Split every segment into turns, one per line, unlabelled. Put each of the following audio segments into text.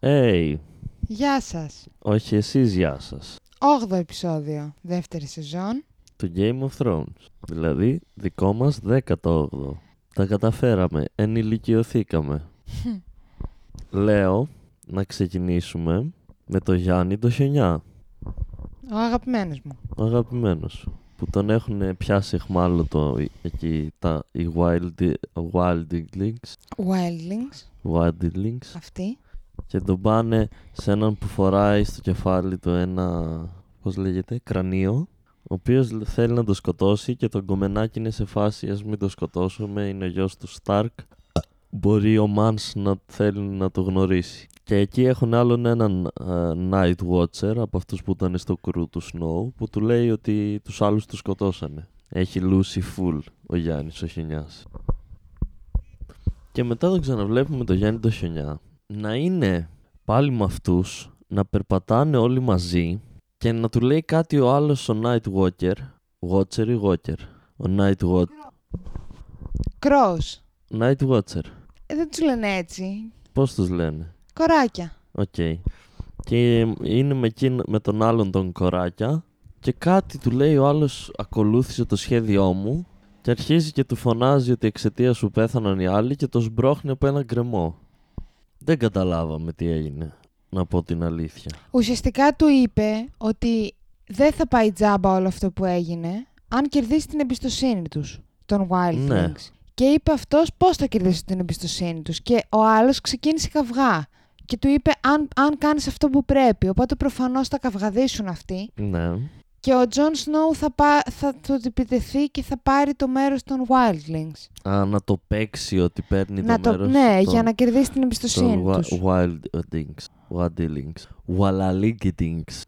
Hey,
Γεια σας.
όχι εσείς γεια σας.
Όγδοο επεισόδιο. Δεύτερη σεζόν.
Το Game of Thrones, δηλαδή δικό μας 18ο. Τα καταφέραμε, ενηλικιωθήκαμε. Λέω να ξεκινήσουμε με το Γιάννη το Χιονιά,
Ο αγαπημένος μου.
ο αγαπημένος σου, που τον έχουν πιάσει εχμάλωτο εκεί τα, οι wild, wildlings,
Wildlings.
wildlings
Αυτή.
και τον πάνε σε έναν που φοράει στο κεφάλι του ένα, πώς λέγεται, κρανίο, ο οποίος θέλει να το σκοτώσει και το κομμενάκι είναι σε φάση ας μην το σκοτώσουμε, είναι ο γιος του Σταρκ. Μπορεί ο Μάνς να θέλει να το γνωρίσει. Και εκεί έχουν άλλον έναν ε, Night Watcher από αυτούς που ήταν στο κρού του Snow που του λέει ότι τους άλλους τους σκοτώσανε. Έχει λούσει full ο Γιάννης ο Χιονιάς. Και μετά τον ξαναβλέπουμε τον Γιάννη το Χιονιά να είναι πάλι με αυτούς, να περπατάνε όλοι μαζί και να του λέει κάτι ο άλλος ο Night Walker. Watcher ή Walker. Ο Night, Watch,
Crows.
Night Watcher.
Ε, δεν τους λένε έτσι.
Πώς τους λένε.
Κοράκια.
Οκ. Και είναι με, εκείνο- με τον άλλον τον κοράκια και κάτι του λέει ο άλλος ακολούθησε το σχέδιό μου και αρχίζει και του φωνάζει ότι εξαιτίας σου πέθαναν οι άλλοι και το σμπρώχνει από ένα γκρεμό. Δεν καταλάβαμε τι έγινε, να πω την αλήθεια.
Ουσιαστικά του είπε ότι δεν θα πάει τζάμπα όλο αυτό που έγινε αν κερδίσει την εμπιστοσύνη τους, των Wildlings.
Ναι.
Και είπε αυτός πώς θα κερδίσει την εμπιστοσύνη τους. Και ο άλλος ξεκίνησε καυγά. Και του είπε αν, αν κάνεις αυτό που πρέπει. Οπότε προφανώς θα καυγαδίσουν αυτοί.
Ναι.
Και ο Τζον Σνόου θα, πα, θα του επιτεθεί και θα πάρει το μέρος των Wildlings.
Α, να το παίξει ότι παίρνει
Να το,
το μέρος
ναι,
των,
για να κερδίσει την εμπιστοσύνη
των
τους.
Wildlings. Wildlings. Wallalinkitings.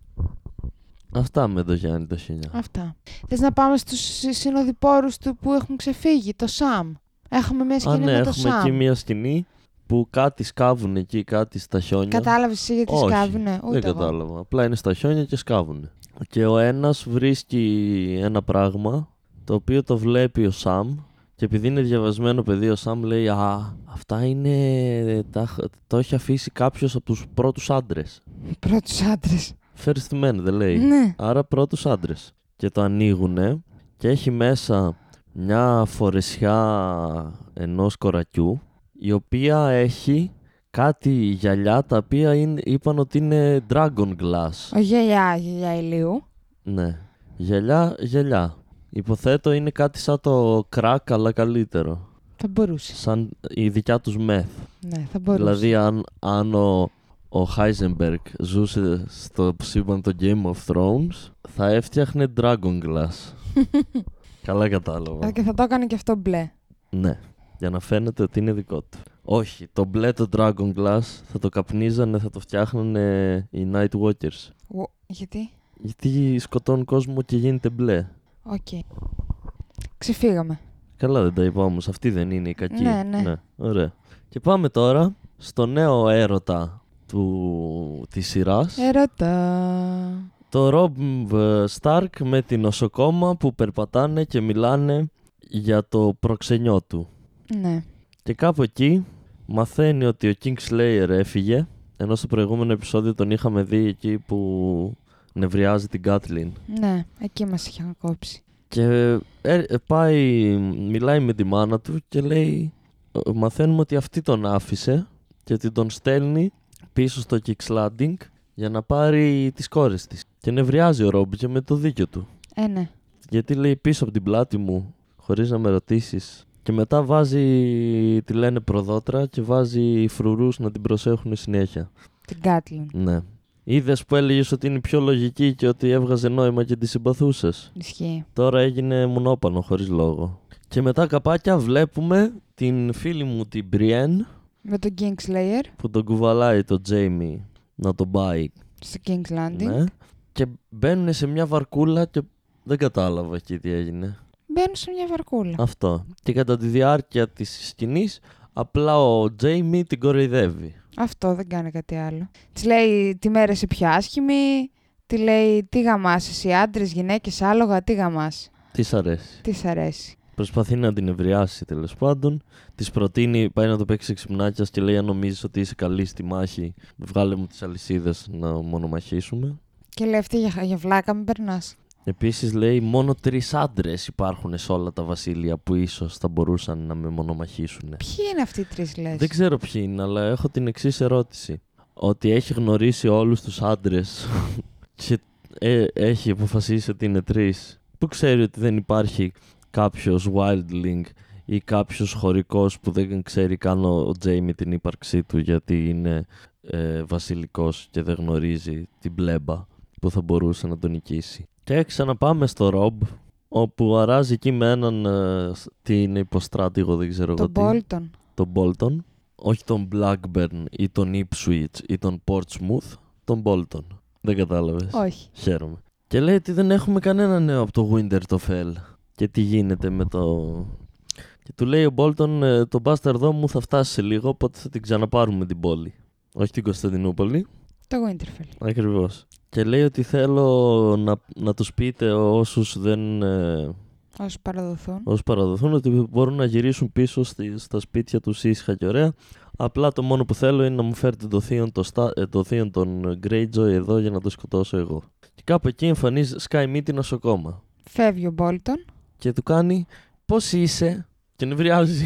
Αυτά με το Γιάννη το χιλιά.
Αυτά. Θες να πάμε στους συ- συνοδοιπόρους του που έχουν ξεφύγει, το Σαμ. Έχουμε μια σκηνή
Α, ναι,
με το
έχουμε εκεί
Σαμ.
μια σκηνή που κάτι σκάβουν εκεί, κάτι στα χιόνια.
Κατάλαβες εσύ γιατί
ναι. Όχι,
σκάβουνε, ούτε
Δεν
εγώ.
κατάλαβα. Απλά είναι στα χιόνια και σκάβουν. Και ο ένας βρίσκει ένα πράγμα το οποίο το βλέπει ο Σαμ και επειδή είναι διαβασμένο παιδί ο Σαμ λέει «Α, αυτά είναι... Τα, το έχει αφήσει κάποιος από τους πρώτους άντρες».
Πρώτους άντρες.
First men δεν λέει.
Ναι.
Άρα πρώτους άντρες. Και το ανοίγουνε και έχει μέσα μια φορεσιά ενός κορακιού η οποία έχει κάτι γυαλιά τα οποία είναι, είπαν ότι είναι dragon glass.
Ο γελιά, γελιά ηλίου.
Ναι. Γυαλιά, γυαλιά. Υποθέτω είναι κάτι σαν το crack αλλά καλύτερο.
Θα μπορούσε.
Σαν η δικιά τους μεθ.
Ναι, θα μπορούσε.
Δηλαδή αν, αν ο, ο Heisenberg ζούσε στο σύμπαν το Game of Thrones θα έφτιαχνε Dragon Glass. Καλά κατάλαβα.
Και θα το έκανε και αυτό μπλε.
ναι. Για να φαίνεται ότι είναι δικό του. Όχι, το μπλε το Dragon Glass θα το καπνίζανε, θα το φτιάχνανε οι Night Walkers.
Ου, Γιατί?
Γιατί σκοτώνουν κόσμο και γίνεται μπλε.
Οκ. Ξεφύγαμε.
Καλά δεν τα είπα όμως. Αυτή δεν είναι η κακή.
Ναι, ναι.
Ωραία. Και πάμε τώρα στο νέο έρωτα του... της
Ε,
σειράς.
Ερώτα.
το Ρομπ Σταρκ με την νοσοκόμα που περπατάνε και μιλάνε για το προξενιό του.
Ναι.
Και κάπου εκεί μαθαίνει ότι ο Kingslayer έφυγε, ενώ στο προηγούμενο επεισόδιο τον είχαμε δει εκεί που νευριάζει την Κάτλιν.
Ναι, εκεί μας είχαν κόψει.
Και ε, ε, πάει, μιλάει με τη μάνα του και λέει, ε, μαθαίνουμε ότι αυτή τον άφησε και ότι τον στέλνει πίσω στο Kickslanding για να πάρει τις κόρες της. Και νευριάζει ο Ρόμπι και με το δίκιο του.
Ε, ναι.
Γιατί λέει πίσω από την πλάτη μου, χωρίς να με ρωτήσεις. Και μετά βάζει, τη λένε προδότρα και βάζει φρουρούς να την προσέχουν συνέχεια.
Την Κάτλιν.
Ναι. Είδες που έλεγες ότι είναι πιο λογική και ότι έβγαζε νόημα και τη συμπαθούσες.
Ισχύει.
Τώρα έγινε μονόπανο χωρίς λόγο. Και μετά καπάκια βλέπουμε την φίλη μου την Μπριέν
Με τον Kingslayer
που τον κουβαλάει τον Τζέιμι να τον πάει.
στο King's Landing.
Ναι. Και μπαίνουν σε μια βαρκούλα και δεν κατάλαβα εκεί τι έγινε.
Μπαίνουν σε μια βαρκούλα.
Αυτό. Και κατά τη διάρκεια της σκηνής, απλά ο Τζέιμι την κοροϊδεύει.
Αυτό δεν κάνει κάτι άλλο. Της λέει τη μέρα είσαι πιο άσχημη. Τη λέει τι γαμάς εσύ άντρες, γυναίκες, άλογα, τι γαμάς.
Τι σ' αρέσει.
Τι σ' αρέσει.
Προσπαθεί να την ευριάσει τέλος πάντων. Της προτείνει, πάει να το παίξει ξυπνάκια και λέει: Αν νομίζεις ότι είσαι καλή στη μάχη, βγάλε μου τις αλυσίδες να μονομαχήσουμε.
Και λέει αυτή για, για βλάκα, μην περνάς.
Επίσης λέει: Μόνο τρεις άντρες υπάρχουν σε όλα τα βασίλεια που ίσως θα μπορούσαν να με μονομαχήσουν.
Ποιοι είναι αυτοί οι τρεις, λες.
Δεν ξέρω ποιοι είναι, αλλά έχω την εξής ερώτηση. Ότι έχει γνωρίσει όλους τους άντρες και ε, έχει αποφασίσει ότι είναι τρεις. Που ξέρει ότι δεν υπάρχει κάποιος wildling ή κάποιος χωρικός που δεν ξέρει καν ο ο Τζέιμι την ύπαρξή του γιατί είναι ε, βασιλικός και δεν γνωρίζει την πλέμπα που θα μπορούσε να τον νικήσει. Και ξαναπάμε στο Ρομπ όπου αράζει εκεί με έναν ε, σ- τι είναι υποστράτηγο δεν ξέρω εγώ
Τον
τι
Bolton.
τον Bolton, όχι τον Blackburn ή τον Ipswich ή τον Portsmouth, τον Bolton. Δεν κατάλαβες.
Όχι.
Χαίρομαι. Και λέει ότι δεν έχουμε κανένα νέο από το Winterfell και τι γίνεται με το... Και του λέει ο Bolton, «Ε, το μπάσταρδό μου θα φτάσει σε λίγο, οπότε θα την ξαναπάρουμε την πόλη. Όχι την Κωνσταντινούπολη,
Το Winterfell.
ακριβώς. Και λέει ότι θέλω να, να τους πείτε όσους δεν... ε,
Όσοι παραδοθούν.
Όσοι παραδοθούν ότι μπορούν να γυρίσουν πίσω στη, στα σπίτια τους ήσυχα και ωραία. Απλά το μόνο που θέλω είναι να μου φέρετε το θείο, το στα, ε, το θείον τον Greyjoy εδώ για να το σκοτώσω εγώ. Και κάπου εκεί εμφανίζει σκάει μύτινος ακόμα.
Φεύγει ο Bolton.
Και του κάνει πώς είσαι και νευριάζει.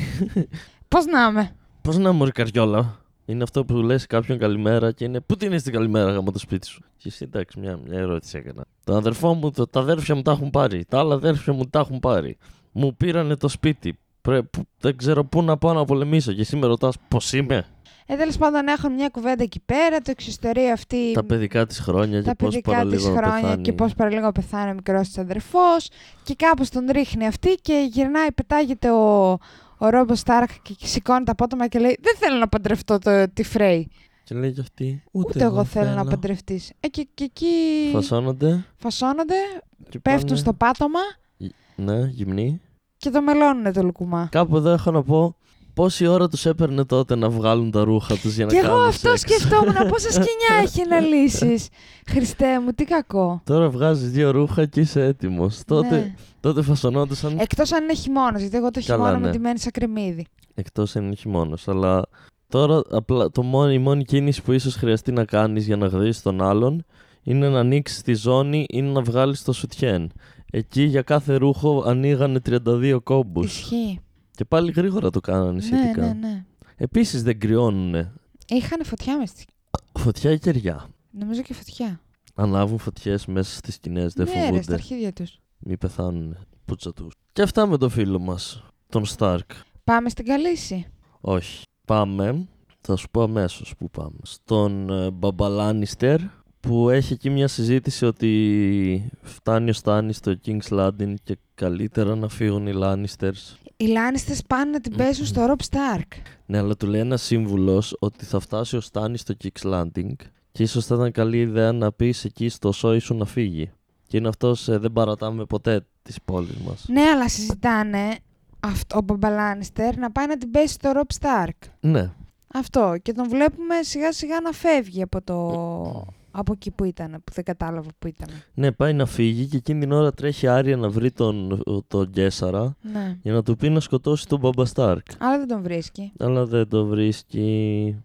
Πώ να είμαι.
πώς να μου καριόλα. Είναι αυτό που λες κάποιον καλημέρα και είναι πού την είσαι την καλημέρα γάμο το σπίτι σου. Και εσύ εντάξει μια, μια ερώτηση έκανα. Τον αδερφό μου, το, τα αδέρφια μου τα έχουν πάρει. Τα άλλα αδέρφια μου τα έχουν πάρει. Μου πήρανε το σπίτι. Πρέ, που, δεν ξέρω πού να πάω να πολεμήσω. Και εσύ με ρωτάς πώς είμαι.
Ε, τέλος πάντων, έχουν μια κουβέντα εκεί πέρα, το εξιστορεί αυτή.
Τα παιδικά της χρόνια
τα
και πώς
παιδικά της
παραλίγο να
χρόνια
πεθάνει.
και πώς παραλίγο πεθάνει ο μικρός της αδερφός. Και κάπως τον ρίχνει αυτή και γυρνάει, πετάγεται ο, ο Ρόμπο Στάρκ και σηκώνει τα πότομα και λέει: Δεν θέλω να παντρευτώ το, τη Φρέη.
Και λέει κι αυτή.
Ούτε, εγώ θέλω, να παντρευτείς. Ε, και, και εκεί
Φασώνονται.
φασώνονται,
και
πέφτουν
πάνε-
στο πάτωμα
Ναι, γυμνοί.
και το μελώνουν το λουκουμά.
Κάπου εδώ έχω να πω πόση ώρα τους έπαιρνε τότε να βγάλουν τα ρούχα τους για να
Και
κάνουν
εγώ αυτό
σεξ.
σκεφτόμουν πόσα σκηνιά έχει να λύσεις. Χριστέ μου, τι κακό.
Τώρα βγάζεις δύο ρούχα και είσαι έτοιμος. Τότε,
Ναι. Ε,
τότε φασωνόντουσαν.
Εκτός αν είναι χειμώνας, γιατί εγώ το
Καλά,
χειμώνα με
ναι.
τη μένει σαν κρεμμύδι.
Εκτός αν είναι χειμώνας. Αλλά τώρα απλά, το μόνο, η μόνη κίνηση που ίσως χρειαστεί να κάνεις για να γδίσεις τον άλλον είναι να ανοίξεις τη ζώνη ή να βγάλεις το σουτιέν. Εκεί για κάθε ρούχο ανοίγανε 32 κόμπους.
Ισχύει.
Και πάλι γρήγορα το κάνανε
Ναι,
σχετικά.
ναι, ναι.
Επίσης δεν κρυώνουνε.
Είχαν φωτιά μες στη.
Φωτιά ή κεριά.
Νομίζω και φωτιά.
Ανάβουν φωτιές μέσα στις σκηνές, δεν
ναι, ρε, στα
φοβούνται.
αρχίδια τους.
Μη πεθάνουν πουτσα τους. Και αυτά με τον φίλο μας, τον Σταρκ.
Πάμε στην Καλύση.
Όχι. Πάμε, θα σου πω αμέσως που πάμε. Στον ε, Μπαμπαλάνιστερ που έχει εκεί μια συζήτηση ότι φτάνει ο Στάνις στο King's Landing και καλύτερα να φύγουν οι Lannisters.
Οι Λάνιστες πάνε να την πέσουν στο Ρομπ Στάρκ.
Ναι, αλλά του λέει ένας σύμβουλος ότι θα φτάσει ο Στάνις στο King's Landing και ίσως θα ήταν καλή ιδέα να πεις εκεί στο σόι σου να φύγει. Και είναι αυτός δεν παρατάμε ποτέ τη πόλη μας.
Ναι, αλλά συζητάνε αυτό, ο Μπαμπαλάνιστερ να πάει να την πέσει στο Ρομπ Στάρκ.
Ναι.
Αυτό. Και τον βλέπουμε σιγά σιγά να φεύγει από το. Από εκεί που ήταν, που δεν κατάλαβα που ήταν.
Ναι, πάει να φύγει και εκείνη την ώρα τρέχει Άρια να βρει τον, τον Γκέσαρα
Ναι.
για να του πει να σκοτώσει τον Μπαμπα Στάρκ.
Αλλά δεν τον βρίσκει.
αλλά δεν το βρίσκει.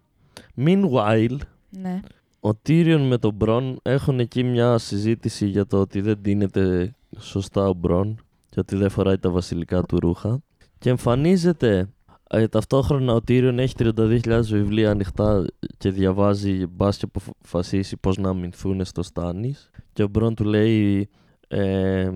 Meanwhile,
Ναι.
ο Τύριον με τον Μπρον έχουν εκεί μια συζήτηση για το ότι δεν τίνεται σωστά ο Μπρον και ότι δεν φοράει τα βασιλικά του ρούχα. Και εμφανίζεται ε, ταυτόχρονα ο Τύριον έχει 32.000 βιβλία ανοιχτά και διαβάζει μπας και αποφασίσει πώς να αμυνθούν στο Στάνης. Και ο Μπρον του λέει ε,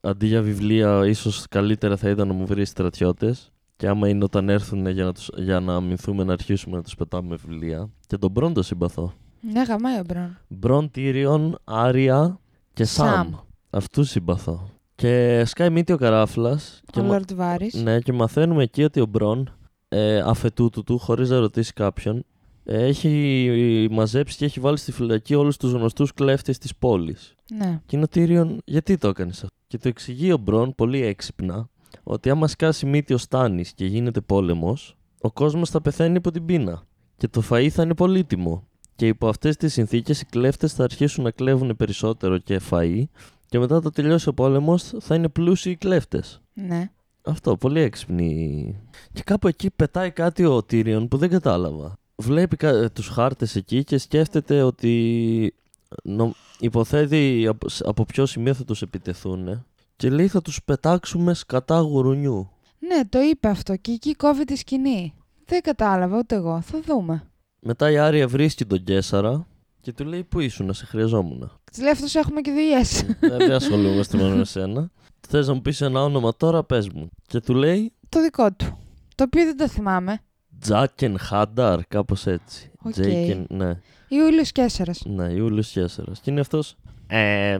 αντί για βιβλία ίσως καλύτερα θα ήταν να μου βρεις στρατιώτες και άμα είναι όταν έρθουν για να, τους, για να αμυνθούμε να αρχίσουμε να τους πετάμε βιβλία. Και τον Μπρον το συμπαθώ.
Ναι, γαμάει ο Μπρον.
Μπρον Τύριον, Άρια και Σαμ.
Σαμ.
Αυτούς συμπαθώ. Και σκάει μύτη ο καράφλας. Και,
Ο
μα-
Λόρτ Βάρης.
ναι, και μαθαίνουμε εκεί ότι ο Μπρον ε, αφετού του του, χωρίς να ρωτήσει κάποιον, ε, έχει μαζέψει και έχει βάλει στη φυλακή όλους τους γνωστούς κλέφτες της πόλης.
Ναι.
Και είναι ο Τύριον, γιατί το έκανε αυτό. Και το εξηγεί ο Μπρον πολύ έξυπνα ότι άμα σκάσει μύτη ο Στάνης και γίνεται πόλεμος, ο κόσμος θα πεθαίνει από την πείνα. Και το φαΐ θα είναι πολύτιμο. Και υπό αυτές τις συνθήκες οι κλέφτες θα αρχίσουν να κλέβουν περισσότερο και φαΐ και μετά το τελειώσει ο πόλεμος θα είναι πλούσιοι οι κλέφτες.
Ναι.
Αυτό, πολύ έξυπνη. Και κάπου εκεί πετάει κάτι ο Τύριον που δεν κατάλαβα. Βλέπει κα- ε, τους χάρτες εκεί και σκέφτεται ότι νο- υποθέτει από, σ- από ποιο σημείο θα τους επιτεθούν ε. και λέει θα τους πετάξουμε σκατά γουρουνιού.
Ναι, το είπε αυτό και εκεί κόβει τη σκηνή. Δεν κατάλαβα ούτε εγώ. Θα δούμε.
Μετά η Άρια βρίσκει τον Κέσαρα και του λέει πού ήσουν, σε χρειαζόμουν.
Της λέει αυτός έχουμε και δουλειέ.
δεν δεν ασχολούμαστε μόνο με σένα. Θες να μου πεις ένα όνομα τώρα, πες μου. Και του λέει
το δικό του. Το οποίο δεν το θυμάμαι.
Τζάκεν Χάνταρ, κάπως έτσι.
Οκ.
Τζέικεν, ναι.
Ιούλιος Κέσσερα.
Ναι, Ιούλιος Κέσσερα. Και είναι αυτός. Ε,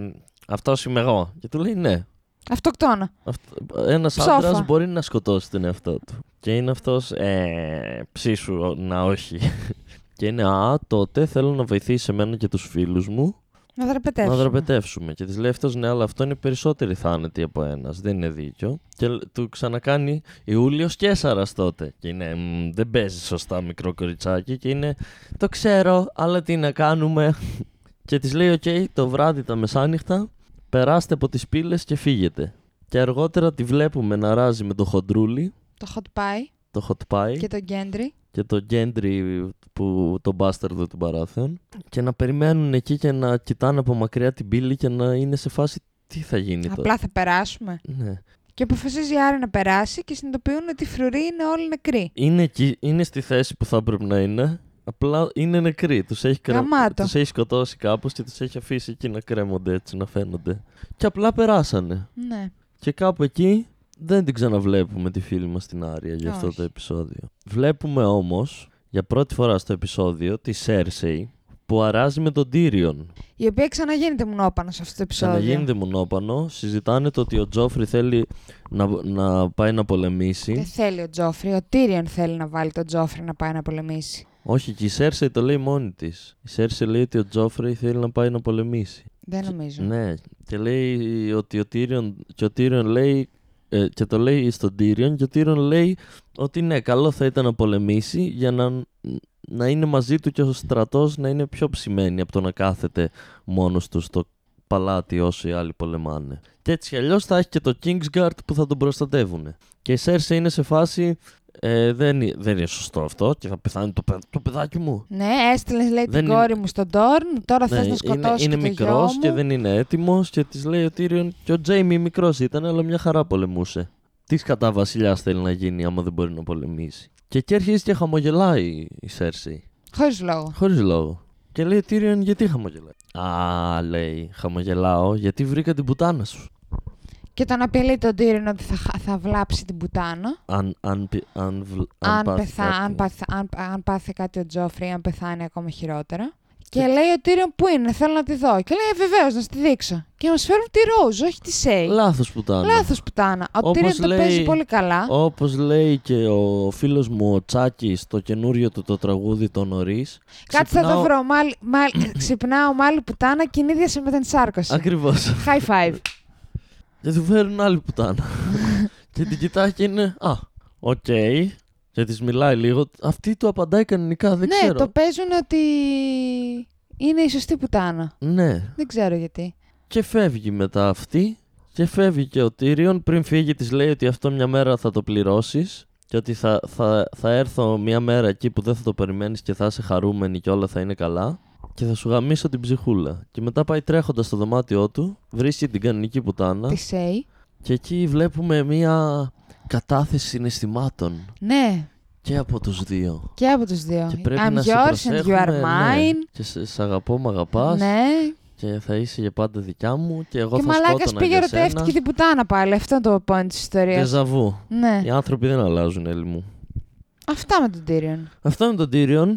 αυτό είμαι εγώ. Και του λέει ναι.
Αυτοκτόνα.
Ένας
Ψόφα.
άντρας μπορεί να σκοτώσει τον εαυτό του. Και είναι αυτός. Ε, ψήσου να όχι. και είναι Α, τότε θέλω να βοηθήσει εμένα και τους φίλους μου
Να δραπετεύσουμε.
να δραπετεύσουμε. Και της λέει αυτός, ναι, αλλά αυτό είναι περισσότεροι θάνατοι από ένας. Δεν είναι δίκιο. Και λ- του ξανακάνει Ιούλιος Κέσσαρα τότε. Και είναι, «Μμ, δεν παίζει σωστά μικρό κοριτσάκι. Και είναι, το ξέρω, αλλά τι να κάνουμε. και της λέει, οκ, το βράδυ τα μεσάνυχτα, περάστε από τις πύλες και φύγετε. Και αργότερα τη βλέπουμε να ράζει με το χοντρούλι,
Το hot pie
το hot pie
και το γκέντρι.
και το Γκέντρι που τον μπάσταρδο του παράθεων και να περιμένουν εκεί και να κοιτάνε από μακριά την πύλη και να είναι σε φάση τι θα γίνει τώρα.
Απλά θα περάσουμε.
Ναι.
Και αποφασίζει η Άρη να περάσει και συνειδητοποιούν ότι οι φρουροί είναι όλοι νεκροί.
Είναι, εκεί, είναι στη θέση που θα έπρεπε να είναι. Απλά είναι νεκροί. Τους έχει, κρα...
Γαμάτο.
τους έχει σκοτώσει κάπως και τους έχει αφήσει εκεί να κρέμονται έτσι, να φαίνονται. Και απλά περάσανε.
Ναι.
Και κάπου εκεί δεν την ξαναβλέπουμε τη φίλη μας την Άρια για αυτό
Όχι.
το επεισόδιο. Βλέπουμε όμως για πρώτη φορά στο επεισόδιο τη Σέρσεϊ που αράζει με τον Τύριον.
Η οποία ξαναγίνεται μουνόπανο σε αυτό το επεισόδιο.
Ξαναγίνεται μονόπανο, συζητάνε το ότι ο Τζόφρι θέλει να, να πάει να πολεμήσει.
Δεν θέλει ο Τζόφρι. Ο Τίριον θέλει να βάλει τον Τζόφρι να πάει να πολεμήσει.
Όχι, και η Σέρσεϊ το λέει μόνη της. Η Σέρσεϊ λέει ότι ο Τζόφρι θέλει να πάει να πολεμήσει.
Δεν νομίζω.
Ναι, και λέει ότι ο Τύριον, και ο Τύριον λέει ε, και το λέει στον Τύριον και ο Τύριον λέει ότι ναι, καλό θα ήταν να πολεμήσει για να, να είναι μαζί του και ο στρατός να είναι πιο ψημένη από το να κάθεται μόνος του στο παλάτι όσο οι άλλοι πολεμάνε. Και έτσι κι αλλιώς θα έχει και το Kingsguard που θα τον προστατεύουν. Και η Σέρσε είναι σε φάση ε, δεν, είναι- δεν είναι σωστό αυτό και θα πεθάνει το, παι- το παιδάκι μου.
Ναι, έστειλες λέει
Δεν
την
είναι-
κόρη μου στον Τόρν. Τώρα
Ναι,
θες να σκοτώσει
είναι, είναι
και το γιο
μικρό
μου.
και δεν είναι έτοιμος και της λέει ο Τύριον. Και ο Τζέιμι μικρός ήταν, αλλά μια χαρά πολεμούσε. Τι κατά βασιλιάς θέλει να γίνει, άμα δεν μπορεί να πολεμήσει. Και εκεί αρχίζει και χαμογελάει η Σέρση.
Χωρίς λόγο.
Χωρίς λόγο. Και λέει ο Τύριον, γιατί χαμογελάει. Α, λέει, χαμογελάω, γιατί βρήκα την πουτάνα σου.
Και τον απειλεί τον Τίριον ότι θα, χα- θα βλάψει την πουτάνα.
Αν, αν, πι- αν, βλ-
αν,
πάθει
πεθα,
κάτι.
αν, παθ- αν, αν πάθει κάτι ο Τζόφρι, αν πεθάνει ακόμα χειρότερα. Και λέει ο Τίριον που είναι, θέλω να τη δω. Και λέει βεβαίως να στη δείξω. Και μας φέρουν τη Ρόζ, όχι τη Σέι.
Λάθος πουτάνα.
Λάθος πουτάνα. Ο
Όπως
Τίριον το
λέει-
παίζει πολύ καλά.
Όπως λέει και ο φίλος μου ο Τσάκης στο καινούριο του το τραγούδι των Νωρίς
Κάτι θα το βρω. Μάλι, μάλι, ξυπνάω μάλι πουτάνα και είναι ίδια σε μετενσάρκωση.
Ακριβώς.
High five.
Και του φέρνουν άλλη πουτάνα. και την κοιτάει και είναι. Α, οκ. Και της μιλάει λίγο. Αυτή του απαντάει κανονικά, δεν
ναι,
ξέρω.
το παίζουν ότι είναι η σωστή πουτάνα.
Ναι.
Δεν ξέρω γιατί.
Και φεύγει μετά αυτή. Και φεύγει και ο Τύριον. Πριν φύγει, της λέει ότι αυτό μια μέρα θα το πληρώσεις. Και ότι θα, θα, θα έρθω μια μέρα εκεί που δεν θα το περιμένεις και θα είσαι χαρούμενη και όλα θα είναι καλά. Και θα σου γαμίσω την ψυχούλα. Και μετά πάει τρέχοντας στο δωμάτιό του, βρίσκει την κανονική πουτάνα.
Τη Σέι.
Και εκεί βλέπουμε μια κατάθεση συναισθημάτων.
Ναι,
Και από τους δύο.
και από τους δύο.
Και πρέπει
I'm
να σε
yours and you
προσέχουμε,
are mine.
Ναι. Και σε, σε αγαπώ, μ' αγαπάς
Ναι.
και θα είσαι για πάντα δικιά μου και εγώ
Και
θα
μαλάκας
σκότωνα
πήγε
για
ερωτεύτηκε
σένα.
την πουτάνα πάλι. Αυτό είναι το point της ιστορίας.
Δεζαβού.
Ναι.
Οι άνθρωποι δεν αλλάζουν, Έλλη μου.
Αυτά με τον Τίριον.
Αυτό είναι το Tyrion.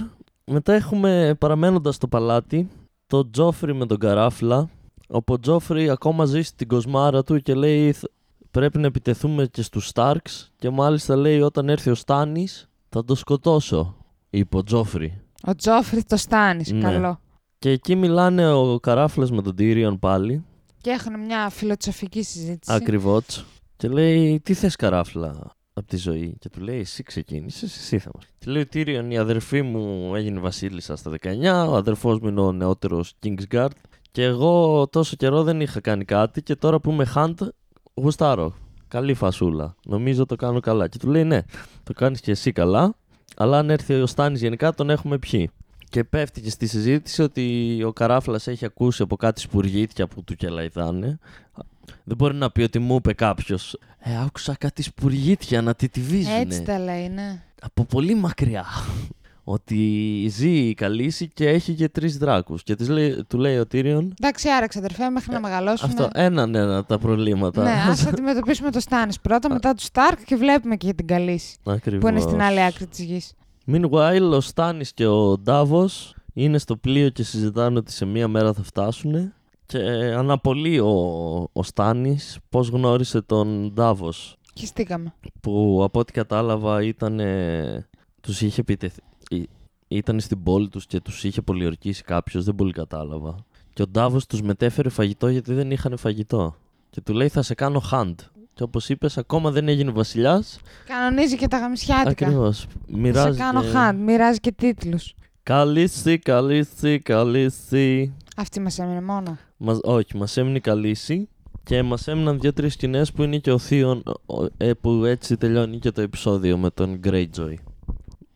Μετά έχουμε, παραμένοντας στο παλάτι, το Τζόφρι με τον καράφλα. Όπου ο Τζόφρι ακόμα ζει στην κοσμάρα του και λέει «Θ- πρέπει να επιτεθούμε και στους Στάρξ και μάλιστα λέει όταν έρθει ο Στάνης θα το σκοτώσω, είπε ο Τζόφρι.
Ο Τζόφρι το στάνει.
Ναι.
Καλό.
Και εκεί μιλάνε ο καράφλας με τον Τύριον πάλι,
Και έχουν μια φιλοσοφική συζήτηση.
ακριβώς. Και λέει, τι θες καράφλα από τη ζωή. Και του λέει, εσύ ξεκίνησες, εσύ θα μας. Και λέει, ο Τύριον, η αδερφή μου έγινε βασίλισσα στα 19, ο αδερφός μου είναι ο νεότερος Kingsguard. Και εγώ τόσο καιρό δεν είχα κάνει κάτι και τώρα που είμαι Hunt, γουστάρω. Καλή φασούλα. Νομίζω το κάνω καλά. Και του λέει ναι, το κάνεις και εσύ καλά. Αλλά αν έρθει ο Στάνης γενικά, τον έχουμε πιει. Και πέφτει και στη συζήτηση ότι ο Καράφλας έχει ακούσει από κάτι σπουργίτια που του κελαϊδάνε. Δεν μπορεί να πει ότι μου είπε κάποιος. Ε, άκουσα κάτι σπουργίτια να τη τυβίζουνε».
Έτσι τα λέει, ναι.
από πολύ μακριά ότι ζει η Καλύση και έχει και τρεις δράκους. Και της λέει, του λέει ο Τύριον
Εντάξει, άραξε αδερφέ, μέχρι να μεγαλώσουμε.
Ε, αυτό έναν ένα τα προβλήματα.
Ναι, ας αντιμετωπίσουμε το Στάνης πρώτα, μετά του Στάρκ και βλέπουμε και για την Καλύση.
Ακριβώς.
Που είναι στην άλλη άκρη της γης.
Meanwhile, ο Στάνης και ο Ντάβος είναι στο πλοίο και συζητάνε ότι σε μία μέρα θα φτάσουν. Και αναπολύει ο, ο Στάνης πώς γνώρισε τον Ντάβος.
Και στήκαμε.
που από ό,τι κατάλαβα ήταν. τους είχε επιτεθεί. ή- Ήταν στην πόλη τους και τους είχε πολιορκήσει κάποιος, δεν πολύ κατάλαβα. Και ο Ντάβος τους μετέφερε φαγητό γιατί δεν είχαν φαγητό. Και του λέει θα σε κάνω hand. Και όπως είπες ακόμα δεν έγινε βασιλιάς.
Κανονίζει και τα γαμισιάτικα.
Ακριβώς.
Θα
Μοιράζει
σε κάνω
και-
hand, μοιράζει και τίτλους.
Καλύση, καλύση, καλύση.
Αυτή μας έμεινε μόνο.
Μας, όχι, μας έμεινε η καλύση και μας έμειναν δύο-τρει σκηνές που είναι και ο Θείον, ο- ε, που έτσι τελειώνει και το επεισόδιο με τον Greyjoy.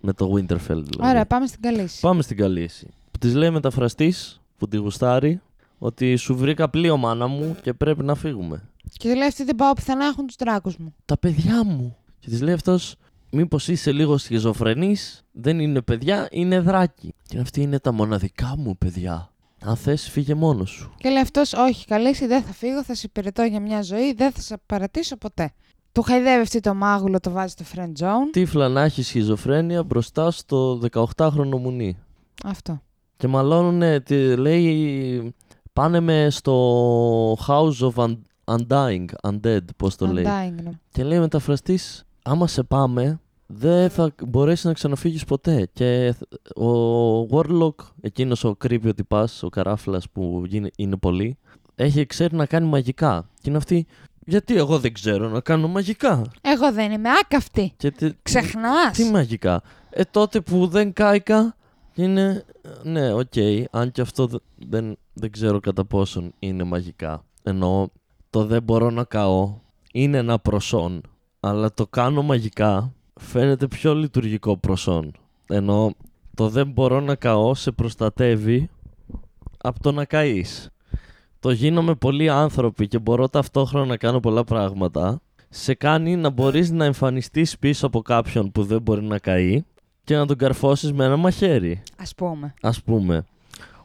Με το Winterfell δηλαδή.
Ωραία, πάμε στην Καλύση.
Πάμε στην καλύση. Που της λέει μεταφραστής που τη γουστάρει ότι σου βρήκα πλοίο μάνα μου και πρέπει να φύγουμε.
Και του λέει αυτή δεν πάω πουθενά, έχουν τους δράκους μου.
Τα παιδιά μου. Και της λέει αυτός, Μήπως είσαι λίγο σχιζοφρενής, δεν είναι παιδιά, είναι δράκι. Και αυτή είναι τα μοναδικά μου παιδιά. Αν θες, φύγε μόνος σου.
Και λέει αυτός, όχι Καλύση, δεν θα φύγω, θα σε υπηρετώ για μια ζωή, δεν θα σε παρατήσω ποτέ. Του χαϊδεύει αυτή το μάγουλο, το βάζει στο friend zone.
τύφλα να έχει σχιζοφρένεια μπροστά στο 18χρονο μουνί.
Αυτό.
Και μαλώνουν, τη λέει, πάνε με στο House of Un- Undying, Undead, πώς το λέει.
Undying, ναι.
Και λέει ο μεταφραστής, άμα σε πάμε, δεν θα μπορέσεις να ξαναφύγεις ποτέ. Και θ- ο Warlock, εκείνος ο creepy ο τυπάς, ο καράφλας που γίνε- είναι πολύ, έχει ξέρει να κάνει μαγικά. Και είναι αυτή, γιατί εγώ δεν ξέρω να κάνω μαγικά.
Εγώ δεν είμαι άκαυτη.
Και τε-
Ξεχνάς.
Τι μαγικά. Ε, τότε που δεν κάηκα είναι. Ναι, οκ. αν και αυτό δε- δεν, δεν ξέρω κατά πόσον είναι μαγικά. Εννοώ το δεν μπορώ να καώ είναι ένα προσόν. Αλλά το κάνω μαγικά φαίνεται πιο λειτουργικό προσόν. Εννοώ το δεν μπορώ να καώ σε προστατεύει από το να καείς. Το γίνομαι πολύ άνθρωποι και μπορώ ταυτόχρονα να κάνω πολλά πράγματα. Σε κάνει να μπορείς να εμφανιστείς πίσω από κάποιον που δεν μπορεί να καεί και να τον καρφώσεις με ένα μαχαίρι,
Ας πούμε.
ας πούμε.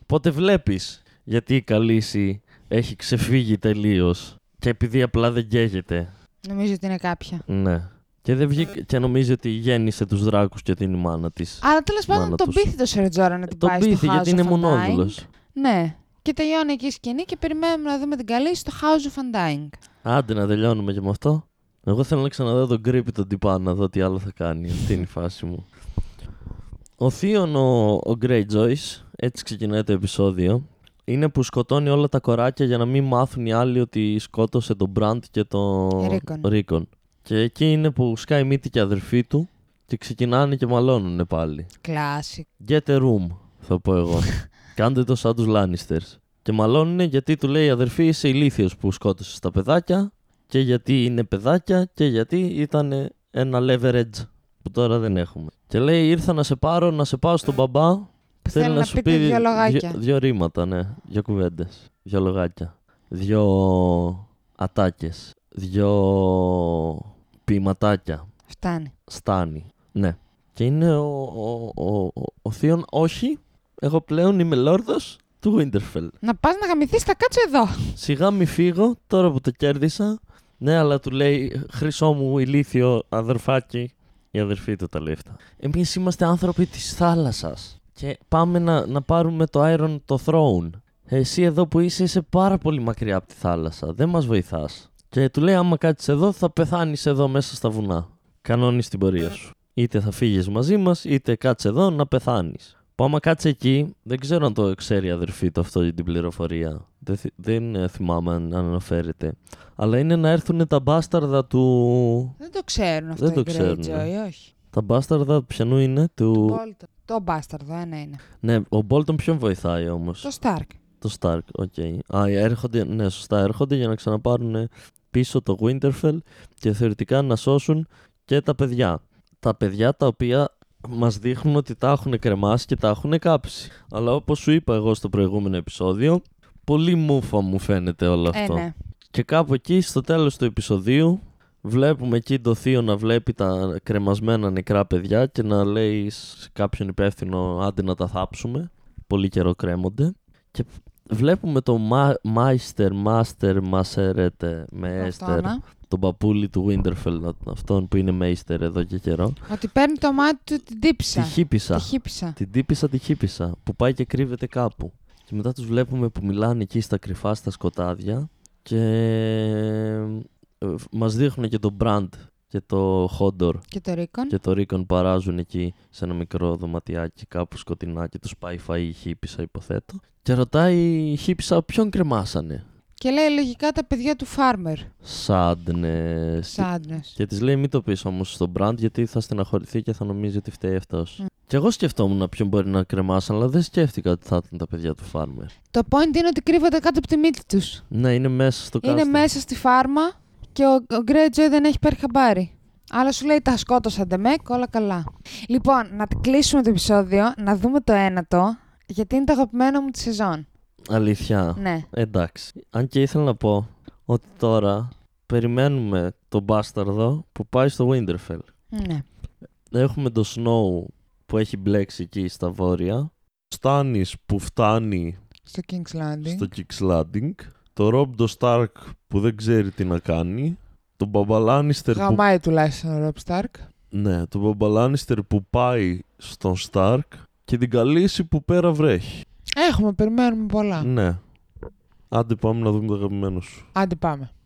Οπότε βλέπεις γιατί η Καλύση έχει ξεφύγει τελείως και επειδή απλά δεν καίγεται.
Νομίζω ότι είναι κάποια.
Ναι. Και, δεν βγήκε, και νομίζει ότι γέννησε τους δράκους και την η μάνα της.
Αλλά τέλος πάντων
Μάνα
τον
τους.
πείθει το Σερτζόρα να την
Ε, Τον
πάει
πείθει
στο
γιατί
House
είναι
of Undying.
μονόδουλος.
Ναι. Και τελειώνει εκεί η σκηνή και περιμένουμε να δούμε την καλή στο House of Undying.
Άντε να τελειώνουμε και με αυτό. Εγώ θέλω να ξαναδώ τον Γκρίπη τον τυπά να δω τι άλλο θα κάνει. Αυτή είναι η φάση μου. Ο Θείον ο, ο Greyjoys, έτσι ξεκινάει το επεισόδιο, είναι που σκοτώνει όλα τα κοράκια για να μην μάθουν οι άλλοι ότι σκότωσε τον Μπραντ και τον
Ρίκον.
Ρίκον. Και εκεί είναι που σκάει μύτη και αδερφή του και ξεκινάνε και μαλώνουν πάλι.
Classic.
Get a room, θα πω εγώ. Κάντε το σαν τους Λάνιστερς. Και μαλώνουνε γιατί του λέει η αδερφή είσαι ηλίθιος που σκότωσες τα παιδάκια και γιατί είναι παιδάκια και γιατί ήταν ένα leverage που τώρα δεν έχουμε. Και λέει ήρθα να σε πάρω, να σε πάω στον μπαμπά.
Θέλω να πείτε δύο λογάκια.
Δύο, δύο ρήματα, ναι. Δύο κουβέντες. Δύο λογάκια. Δύο ατάκες. Δύο ποιηματάκια
Φτάνει.
στάνει. Ναι. Και είναι ο, ο, ο, ο, ο Θείον, όχι, εγώ πλέον είμαι λόρδος του Winterfell.
Να πας να γαμηθείς, θα κάτσω εδώ.
Σιγά μη φύγω, τώρα που το κέρδισα. Ναι, αλλά του λέει χρυσό μου ηλίθιο αδερφάκι. Η αδερφή του τα λέει αυτά. Εμείς είμαστε άνθρωποι της θάλασσας και πάμε να, να πάρουμε το Iron το Throne. Εσύ εδώ που είσαι, είσαι πάρα πολύ μακριά από τη θάλασσα. Δεν μας βοηθάς. Και του λέει άμα κάτσεις εδώ θα πεθάνεις εδώ μέσα στα βουνά. Κανώνεις την πορεία σου. Είτε θα φύγεις μαζί μας, είτε κάτσε εδώ να πεθάνεις. Που άμα κάτσε εκεί, δεν ξέρω αν το ξέρει η αδερφή του αυτό την πληροφορία. Δεν, θυ- δεν ε, θυμάμαι αν αν αναφέρεται. Αλλά είναι να έρθουν τα μπάσταρδα του.
Δεν το ξέρουν αυτό
Δεν
οι
το ξέρουν. ναι.
Greyjoy, όχι.
Τα μπάσταρδα ποιανού είναι, του.
Bolton. Το μπάσταρδο, ένα είναι.
Ναι, ο Μπόλτον ποιον βοηθάει όμως.
Το Stark.
Το Σταρκ, οκ. Α, έρχονται, ναι, σωστά, έρχονται για να ξαναπάρουν πίσω το Winterfell και θεωρητικά να σώσουν και τα παιδιά. Τα παιδιά τα οποία μας δείχνουν ότι τα έχουν κρεμάσει και τα έχουν κάψει. Αλλά όπως σου είπα εγώ στο προηγούμενο επεισόδιο, πολύ μούφα μου φαίνεται όλο
Ε,
αυτό.
ναι.
Και κάπου εκεί στο τέλος του επεισοδίου βλέπουμε εκεί το θείο να βλέπει τα κρεμασμένα νεκρά παιδιά και να λέει σε κάποιον υπεύθυνο άντε να τα θάψουμε. Πολύ καιρό κρέμονται. Και βλέπουμε το Μα- Μάιστερ, Μάστερ, Μασερέτε, με
Αυτό, ναι.
Έστερ,
να.
τον παππούλη του Winterfell, αυτόν που είναι Μέιστερ εδώ και καιρό.
Ότι παίρνει το μάτι του την τύψα.
Τη χύπησα.
Τη χύπησα.
Την τύπησα, τη χύπησα, που πάει και κρύβεται κάπου. Και μετά τους βλέπουμε που μιλάνε εκεί στα κρυφά, στα σκοτάδια και ε, μας δείχνουν και τον Brand και το Χόντορ
Και το Ρίκον.
και το Ρίκον παράζουν εκεί σε ένα μικρό δωματιάκι κάπου σκοτεινά και τους πάει φαΐ η χύπησα υποθέτω και ρωτάει η χύπησα ποιον κρεμάσανε.
Και λέει λογικά τα παιδιά του Farmer.
Sadness.
Sadness.
Και της λέει: Μην το πεις όμως στον brand, γιατί θα στεναχωρηθεί και θα νομίζει ότι φταίει αυτός.
Mm.
Και εγώ σκεφτόμουν ποιον μπορεί να κρεμάσει, αλλά δεν σκέφτηκα ότι θα ήταν τα παιδιά του Farmer.
Το point είναι ότι κρύβονται κάτω από τη μύτη τους.
Ναι, είναι μέσα στο
Είναι
κάστρο.
μέσα στη φάρμα και ο, ο Greyjoy δεν έχει πάρει χαμπάρι. Αλλά σου λέει τα σκότωσαν ντε με, και όλα καλά. Λοιπόν, να κλείσουμε το επεισόδιο, να δούμε το ένατο, γιατί είναι το αγαπημένο μου τη σεζόν.
Αλήθεια.
Ναι.
Εντάξει. Αν και ήθελα να πω ότι τώρα περιμένουμε τον μπάσταρδο που πάει στο Winterfell.
Ναι.
Έχουμε τον Snow που έχει μπλέξει εκεί στα βόρεια. Στάνη που φτάνει
Στο King's Landing.
στο Kicks Landing. Το Rob το Stark που δεν ξέρει τι να κάνει. Τον Μπαμπαλάνιστερ που
Γαμάει τουλάχιστον ο Rob Stark.
Ναι, τον Μπαμπαλάνιστερ που πάει στον Σταρκ και την καλύση που πέρα βρέχει.
Έχουμε, περιμένουμε πολλά.
Ναι. Άντε πάμε να δούμε το αγαπημένο σου.
Άντε πάμε.